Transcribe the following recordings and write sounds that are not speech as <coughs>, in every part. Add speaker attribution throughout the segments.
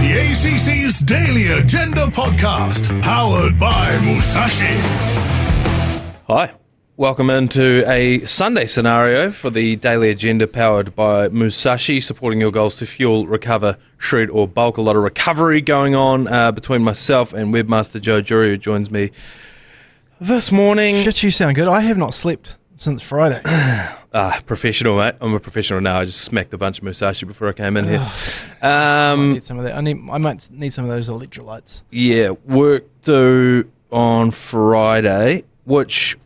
Speaker 1: KCC's Daily Agenda podcast, powered by Musashi.
Speaker 2: Hi. Welcome into a Sunday scenario for the Daily Agenda powered by Musashi, supporting your goals to fuel, recover, shred, or bulk. A lot of recovery going on uh, between myself and Webmaster Joe Jury, who joins me this morning.
Speaker 3: Shit, you sound good. I have not slept since Friday. <coughs>
Speaker 2: Ah, professional, mate. I'm a professional now. I just smacked a bunch of Musashi before I came in here. Um,
Speaker 3: Get some of that. I need. I might need some of those electrolytes.
Speaker 2: Yeah, work due on Friday, which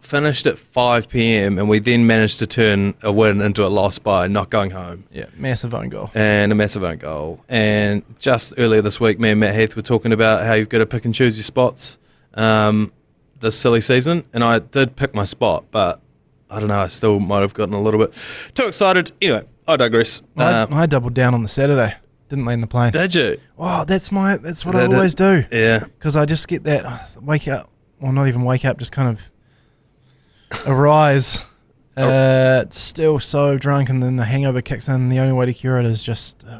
Speaker 2: finished at 5 p.m. and we then managed to turn a win into a loss by not going home
Speaker 3: Yeah, massive own goal.
Speaker 2: and a massive own goal. And just earlier this week, me and Matt Heath were talking about how you've got to pick and choose your spots um, this silly season. And I did pick my spot, but I don't know, I still might have gotten a little bit too excited. Anyway, I digress.
Speaker 3: Well,
Speaker 2: Um,
Speaker 3: I, I doubled down on the Saturday. Didn't land the plane.
Speaker 2: did you?
Speaker 3: oh, that's my. That's what
Speaker 2: Did
Speaker 3: I
Speaker 2: it?
Speaker 3: always do.
Speaker 2: Yeah.
Speaker 3: Because I just get that uh, wake up, well, not even wake up, just kind of
Speaker 2: <coughs>
Speaker 3: arise.
Speaker 2: Oh.
Speaker 3: Uh, still so drunk, and then the hangover kicks in. The only way to cure it is just uh,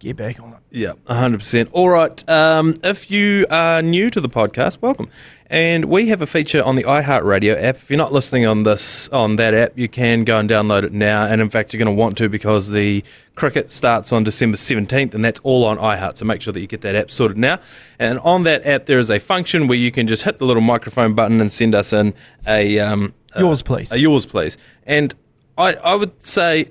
Speaker 3: get back on it.
Speaker 2: Yeah, 100%. All right. Um, if you are new to the podcast, welcome. And we have a feature on the iHeartRadio app. If you're not listening on this on that app, you can go and download it now. And in fact, you're going to want to because the cricket starts on December 17th, and that's all on iHeart. So make sure that you get that app sorted now. And on that app, there is a function where you can just hit the little microphone button and send us in a. Um, a-
Speaker 3: Yours, please.
Speaker 2: A yours, please. And I, I would say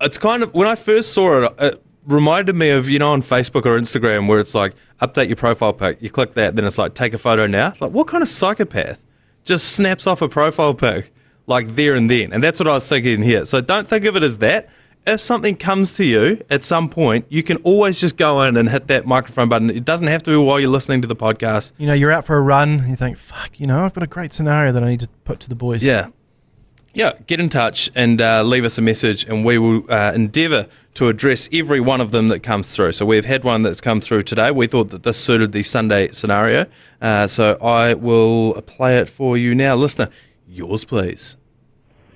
Speaker 2: it's kind of when I first saw it, it reminded me of you know on Facebook or Instagram where it's like update your profile pic. You click that, then it's like take a photo now. It's like what kind of psychopath just snaps off a profile pic like there and then? And that's what I was thinking here. So don't think of it as that. If something comes to you at some point, you can always just go in and hit that microphone button. It doesn't have to be while you're listening to the podcast.
Speaker 3: You know, you're out for a run. And you think, fuck. You know, I've got a great scenario that I need to put to the boys.
Speaker 2: Yeah. Yeah, get in touch and uh, leave us a message, and we will uh, endeavour to address every one of them that comes through. So, we've had one that's come through today. We thought that this suited the Sunday scenario. Uh, so, I will play it for you now. Listener, yours, please.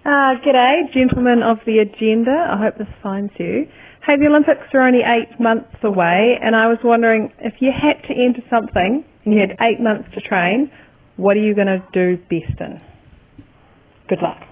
Speaker 4: Uh, g'day, gentlemen of the agenda. I hope this finds you. Hey, the Olympics are only eight months away, and I was wondering if you had to enter something and you had eight months to train, what are you going to do best in? Good luck.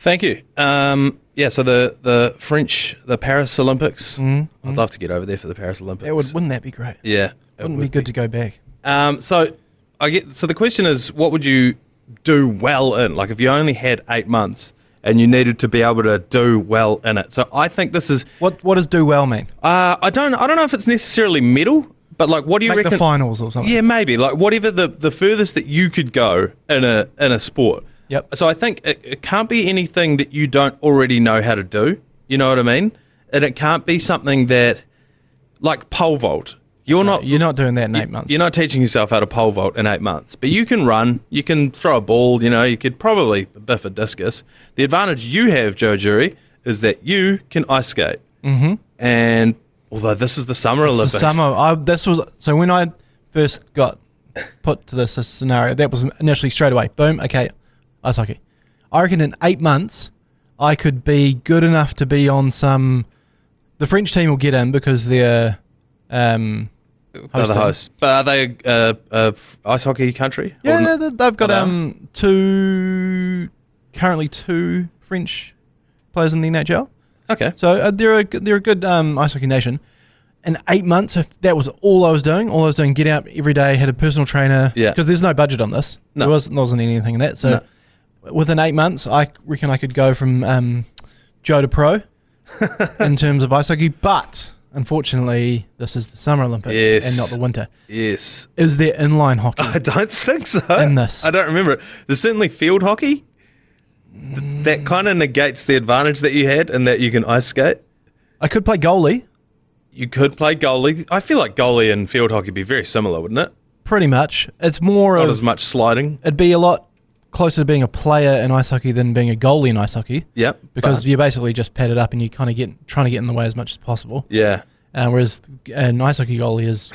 Speaker 2: Thank you. Um, yeah, so the, the French, the Paris Olympics. I'd love to get over there for the Paris Olympics.
Speaker 3: It would. Wouldn't that be great?
Speaker 2: yeah, it
Speaker 3: Wouldn't
Speaker 2: would
Speaker 3: be good to go back.
Speaker 2: Um, so I get. So the question is, what would you do well in? Like, if you only had eight months and you needed to be able to do well in it. So I think this is.
Speaker 3: What What does do well mean?
Speaker 2: Uh, I don't. I don't know if it's necessarily medal, but like, what do you
Speaker 3: Make
Speaker 2: reckon?
Speaker 3: the finals or something.
Speaker 2: Yeah, maybe like whatever the, the furthest that you could go in a in a sport.
Speaker 3: Yep.
Speaker 2: So I think it, it can't be anything that you don't already know how to do. You know what I mean? And it can't be something that, like pole vault. You're not
Speaker 3: You're not doing that in eight months.
Speaker 2: you're not teaching yourself how to pole vault in eight months, but you can run, you can throw a ball, you know, you could probably biff a discus. The advantage you have, Joe Jury, is that you can ice skate. Mm-hmm. And although this is the Summer
Speaker 3: It's
Speaker 2: Olympics,
Speaker 3: the summer. I, this was so when I first got put to this scenario. That was initially straight away. Boom. Okay, ice hockey. I reckon in eight months, I could be good enough to be on some. The French team will get in because they're um,
Speaker 2: they're the
Speaker 3: hosting.
Speaker 2: hosts. But are they uh, uh, f- ice hockey country? Or
Speaker 3: Yeah,
Speaker 2: n-
Speaker 3: yeah, they- they've got
Speaker 2: Are they?
Speaker 3: um two currently two French players in the NHL.
Speaker 2: Okay.
Speaker 3: So uh, they're a good- they're a good um, ice hockey nation. In eight months, if that was all I was doing, all I was doing, get out every day, had a personal trainer.
Speaker 2: Yeah.
Speaker 3: Because there's no budget on this.
Speaker 2: No.
Speaker 3: There wasn't, there wasn't anything in that. So within eight months, I reckon I could go from um, Joe
Speaker 2: <laughs>
Speaker 3: to pro in terms of ice hockey. But unfortunately, this is the Summer Olympics
Speaker 2: Yes.
Speaker 3: and not the winter.
Speaker 2: Yes.
Speaker 3: Is there inline hockey?
Speaker 2: <laughs> I don't think so.
Speaker 3: In this.
Speaker 2: I don't remember it. There's certainly field hockey. Th- that kind of negates the advantage that you had in that you can ice skate.
Speaker 3: I could play goalie.
Speaker 2: You could play goalie. I feel like goalie and field hockey would be very similar, wouldn't it?
Speaker 3: Pretty much. It's more
Speaker 2: Not
Speaker 3: of
Speaker 2: as much sliding.
Speaker 3: it'd be a lot closer to being a player in ice hockey than being a goalie in ice hockey.
Speaker 2: Yep.
Speaker 3: Because
Speaker 2: but-
Speaker 3: you're basically just padded up and you kind of get trying to get in the way as much as possible.
Speaker 2: yeah,
Speaker 3: Uh, whereas an ice hockey goalie is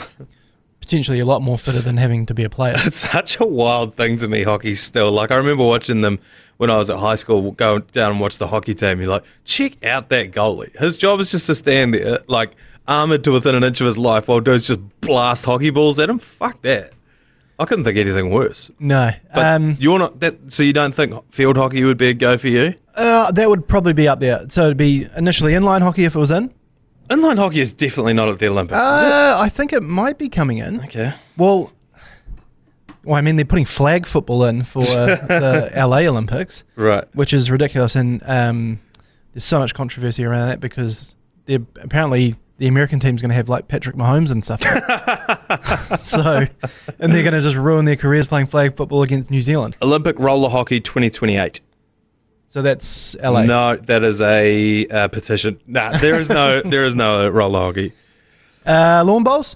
Speaker 3: potentially a lot more fitter than having to be
Speaker 2: <laughs>
Speaker 3: a player.
Speaker 2: <laughs> it's such a wild thing to me, hockey still. Like, I remember watching them when I was at high school, go down and watch the hockey team. You're like, check out that goalie. His job is just to stand there, like, armored to within an inch of his life while dudes just blast hockey balls at him. Fuck that. I couldn't think of anything worse.
Speaker 3: No,
Speaker 2: But
Speaker 3: um,
Speaker 2: you're not that, so you don't think field hockey would be a go for you?
Speaker 3: uh, that would probably be up there. So it'd be initially inline hockey if it was in.
Speaker 2: Inline hockey is definitely not at the Olympics.
Speaker 3: Uh, I think it might be coming in.
Speaker 2: okay.
Speaker 3: Well, well, I mean, they're putting flag football
Speaker 2: <laughs>
Speaker 3: in for the LA Olympics,
Speaker 2: Right.
Speaker 3: which is ridiculous, and um, there's so much controversy around that because they're apparently the American team's going to have like Patrick Mahomes and
Speaker 2: <laughs>
Speaker 3: stuff. so, and they're going to just ruin their careers playing flag football against New Zealand.
Speaker 2: Olympic roller hockey 2028.
Speaker 3: So that's LA.
Speaker 2: No, that is a uh, petition. Nah, there is
Speaker 3: <laughs>
Speaker 2: no, there is no roller hockey.
Speaker 3: Uh, lawn bowls.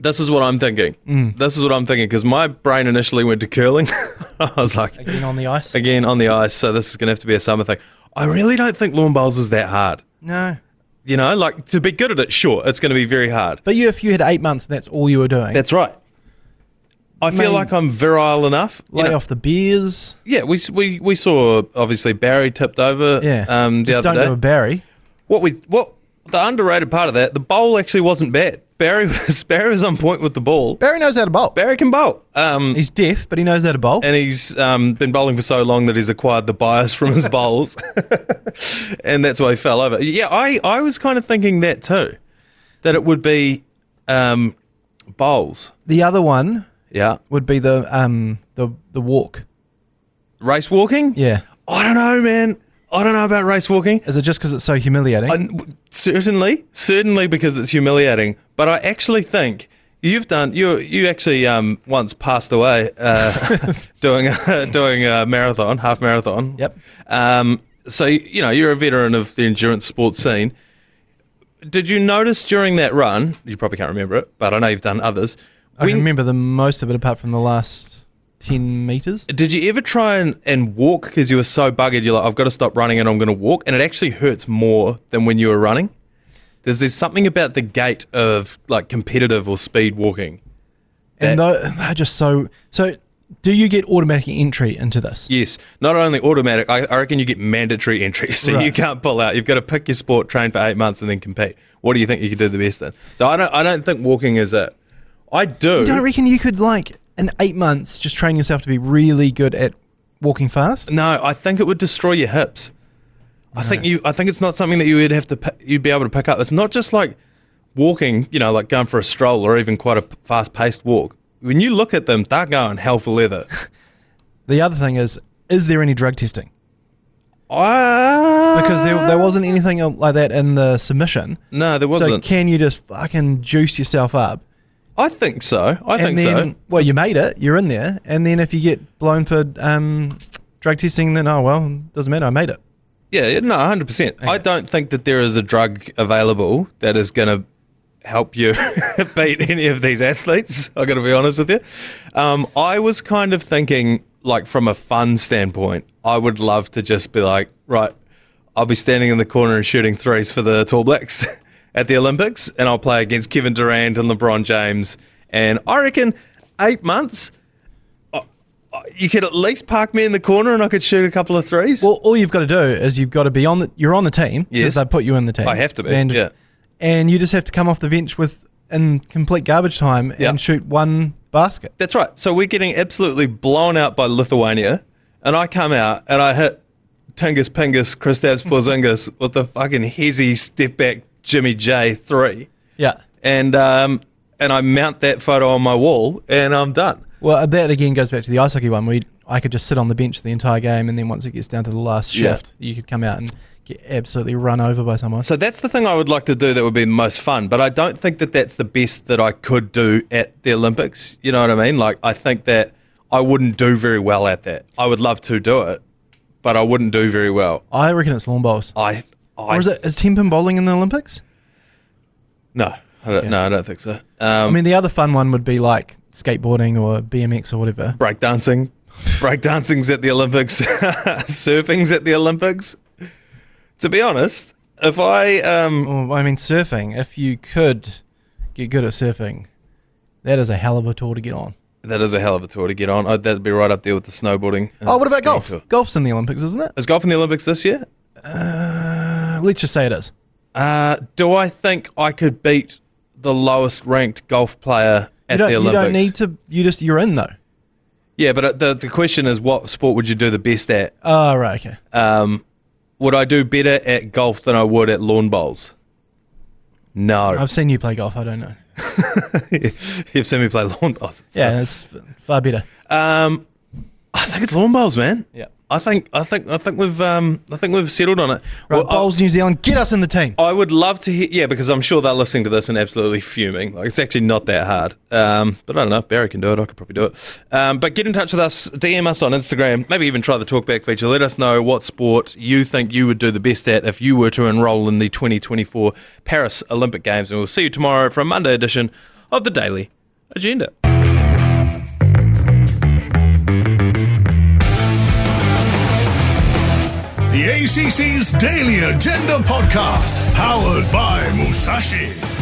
Speaker 2: This is what I'm thinking.
Speaker 3: Mm.
Speaker 2: This is what I'm thinking because my brain initially went to curling. <laughs> I was like,
Speaker 3: Again on the ice.
Speaker 2: again on the ice, so this is going to have to be a summer thing. I really don't think lawn bowls is that hard.
Speaker 3: No.
Speaker 2: You know, like to be good at it, sure, it's going to be very hard.
Speaker 3: But you, if you had eight months and that's all you were doing,
Speaker 2: That's right. I feel
Speaker 3: Mate.
Speaker 2: like I'm virile enough. you
Speaker 3: lay
Speaker 2: know.
Speaker 3: off the beers.
Speaker 2: Yeah, we, we we saw obviously Barry tipped over.
Speaker 3: Yeah.
Speaker 2: um, the
Speaker 3: just
Speaker 2: other
Speaker 3: don't
Speaker 2: day.
Speaker 3: do a Barry.
Speaker 2: what we what the underrated part of that, the bowl actually wasn't bad. Barry <laughs> was Barry was on point with the ball.
Speaker 3: Barry knows how to bowl.
Speaker 2: Barry can bowl. Um,
Speaker 3: He's deaf, but he knows how to bowl.
Speaker 2: and he's um, been bowling for so long that he's acquired the bias from his bowls, <laughs> and that's why he fell over. Yeah, I, I was kind of thinking that too, that it would be um, bowls.
Speaker 3: The other one
Speaker 2: Yeah,
Speaker 3: would be the um the the walk.
Speaker 2: race walking.
Speaker 3: Yeah.
Speaker 2: I don't know, man. I don't know about race walking.
Speaker 3: Is it just because it's so humiliating?
Speaker 2: I- certainly, certainly because it's humiliating. But I actually think you've done you you actually um, once passed away uh, <laughs> doing a, doing a marathon, half marathon.
Speaker 3: Yep.
Speaker 2: Um, so you know you're a veteran of the endurance sports scene. Did you notice during that run? You probably can't remember it, but I know you've done others.
Speaker 3: I
Speaker 2: when-
Speaker 3: remember the most of it apart from the last ten meters.
Speaker 2: Did you ever try and, and walk because you were so buggered? You're like, I've got to stop running and I'm going to walk. And it actually hurts more than when you were running. There's, there's something about the gait of like competitive or speed walking.
Speaker 3: and though they're just so so do you get automatic entry into this?
Speaker 2: Yes. Not only automatic, I, I reckon you get mandatory entry. <laughs> So you
Speaker 3: Right.
Speaker 2: can't pull out. You've got to pick your sport, train for eight months, and then compete. What do you think you could do the best in? So I don't, I don't think walking is it. I do.
Speaker 3: You don't reckon you could like in eight months just train yourself to be really good at walking fast?
Speaker 2: No, I think it would destroy your hips. I think you. I think it's not something that you would have to. pi- You'd be able to pick up. It's not just like walking. You know, like going for a stroll or even quite a p- fast-paced walk. When you look at them, they're going hell for leather.
Speaker 3: The other thing is, is there any drug testing?
Speaker 2: Ah,
Speaker 3: <laughs> Because there, there wasn't anything like that in the submission.
Speaker 2: no, there
Speaker 3: So
Speaker 2: wasn't.
Speaker 3: can you just fucking juice yourself up?
Speaker 2: I think so. I think
Speaker 3: and then,
Speaker 2: so.
Speaker 3: well, you made it. You're in there, and then if you get blown for um, drug testing, then oh well, doesn't matter. I made it.
Speaker 2: Yeah, yeah, no, hundred percent. I don't think that there is a drug available that is going to help you <laughs> beat any of these athletes. I got to be honest with you. Um, I was kind of thinking, like from a fun standpoint, I would love to just be like, right, I'll be standing in the corner and shooting threes for the Tall Blacks <laughs> at the Olympics, and I'll play against Kevin Durant and LeBron James. And I reckon eight months. I- I- You could at least park me in the corner, and I could shoot a couple of threes.
Speaker 3: Well, all you've got to do is you've got to be on the. You're on the team. 'cause
Speaker 2: Yes.
Speaker 3: they put you in the team.
Speaker 2: I have to be,
Speaker 3: And,
Speaker 2: yeah.
Speaker 3: and you just have to come off the bench with in complete garbage time and
Speaker 2: Yeah.
Speaker 3: shoot one basket.
Speaker 2: That's right. So we're getting absolutely blown out by Lithuania, and I come out and I hit Tingus Pingus
Speaker 3: <laughs>
Speaker 2: Kristaps Porzingis with the fucking hezzy step back Jimmy J three,
Speaker 3: Yeah.
Speaker 2: and um, and I mount that photo on my wall, and I'm done.
Speaker 3: Well, uh, that again goes back to the ice hockey one. where you- I could just sit on the bench the entire game, and then once it gets down to the last
Speaker 2: Yeah.
Speaker 3: shift, you could come out and get absolutely run over by someone.
Speaker 2: So that's the thing I would like to do that would be the most fun, but I don't think that that's the best that I could do at the Olympics. You know what I mean? Like I think that I wouldn't do very well at that. I would love to do it, but I wouldn't do very well.
Speaker 3: I reckon it's lawn bowls.
Speaker 2: I, I
Speaker 3: Or is it is ten pin bowling in the Olympics?
Speaker 2: No, I don't, no, I don't think so. Um,
Speaker 3: I mean, the other fun one would be like skateboarding or BMX or whatever.
Speaker 2: breakdancing, breakdancing's at the Olympics, <laughs> surfing's at the Olympics. To be honest, if I um,
Speaker 3: Or, I mean, surfing. If you could get good at surfing, That is a hell of a tour to get on.
Speaker 2: That is a hell of a tour to get on. Oh, that'd be right up there with the snowboarding. and
Speaker 3: Oh, what about
Speaker 2: skiing
Speaker 3: golf?
Speaker 2: tour.
Speaker 3: Golf's in the Olympics, isn't it?
Speaker 2: Is golf in the Olympics this year?
Speaker 3: Uh, let's just say it is.
Speaker 2: Uh, do I think I could beat the lowest ranked golf player
Speaker 3: You
Speaker 2: at
Speaker 3: don't,
Speaker 2: the
Speaker 3: you
Speaker 2: Olympics?
Speaker 3: don't need to. You just you're in though.
Speaker 2: Yeah, but uh, the the question is, what sport would you do the best at?
Speaker 3: Oh right, okay.
Speaker 2: Um, would I do better at golf than I would at lawn bowls? No,
Speaker 3: I've seen you play golf. I don't know.
Speaker 2: <laughs> you've seen me play lawn bowls. It's
Speaker 3: <laughs> Yeah, it's f- far better.
Speaker 2: not- um, I think it's lawn bowls, man.
Speaker 3: Yeah.
Speaker 2: I think I think I think we've um I think we've settled on it.
Speaker 3: Right,
Speaker 2: Well, uh, I-
Speaker 3: Bowls New Zealand, get us in the team.
Speaker 2: I would love to hear, yeah, because I'm sure they're listening to this and absolutely fuming. Like it's actually not that hard. Um, but I don't know if Barry can do it. I could probably do it. Um, but get in touch with us, DM us on Instagram, maybe even try the talkback feature. Let us know what sport you think you would do the best at if you were to enrol in the 2024 Paris Olympic Games. And we'll see you tomorrow for a Monday edition of the Daily Agenda.
Speaker 1: The ACC's Daily Agenda podcast, powered by Musashi.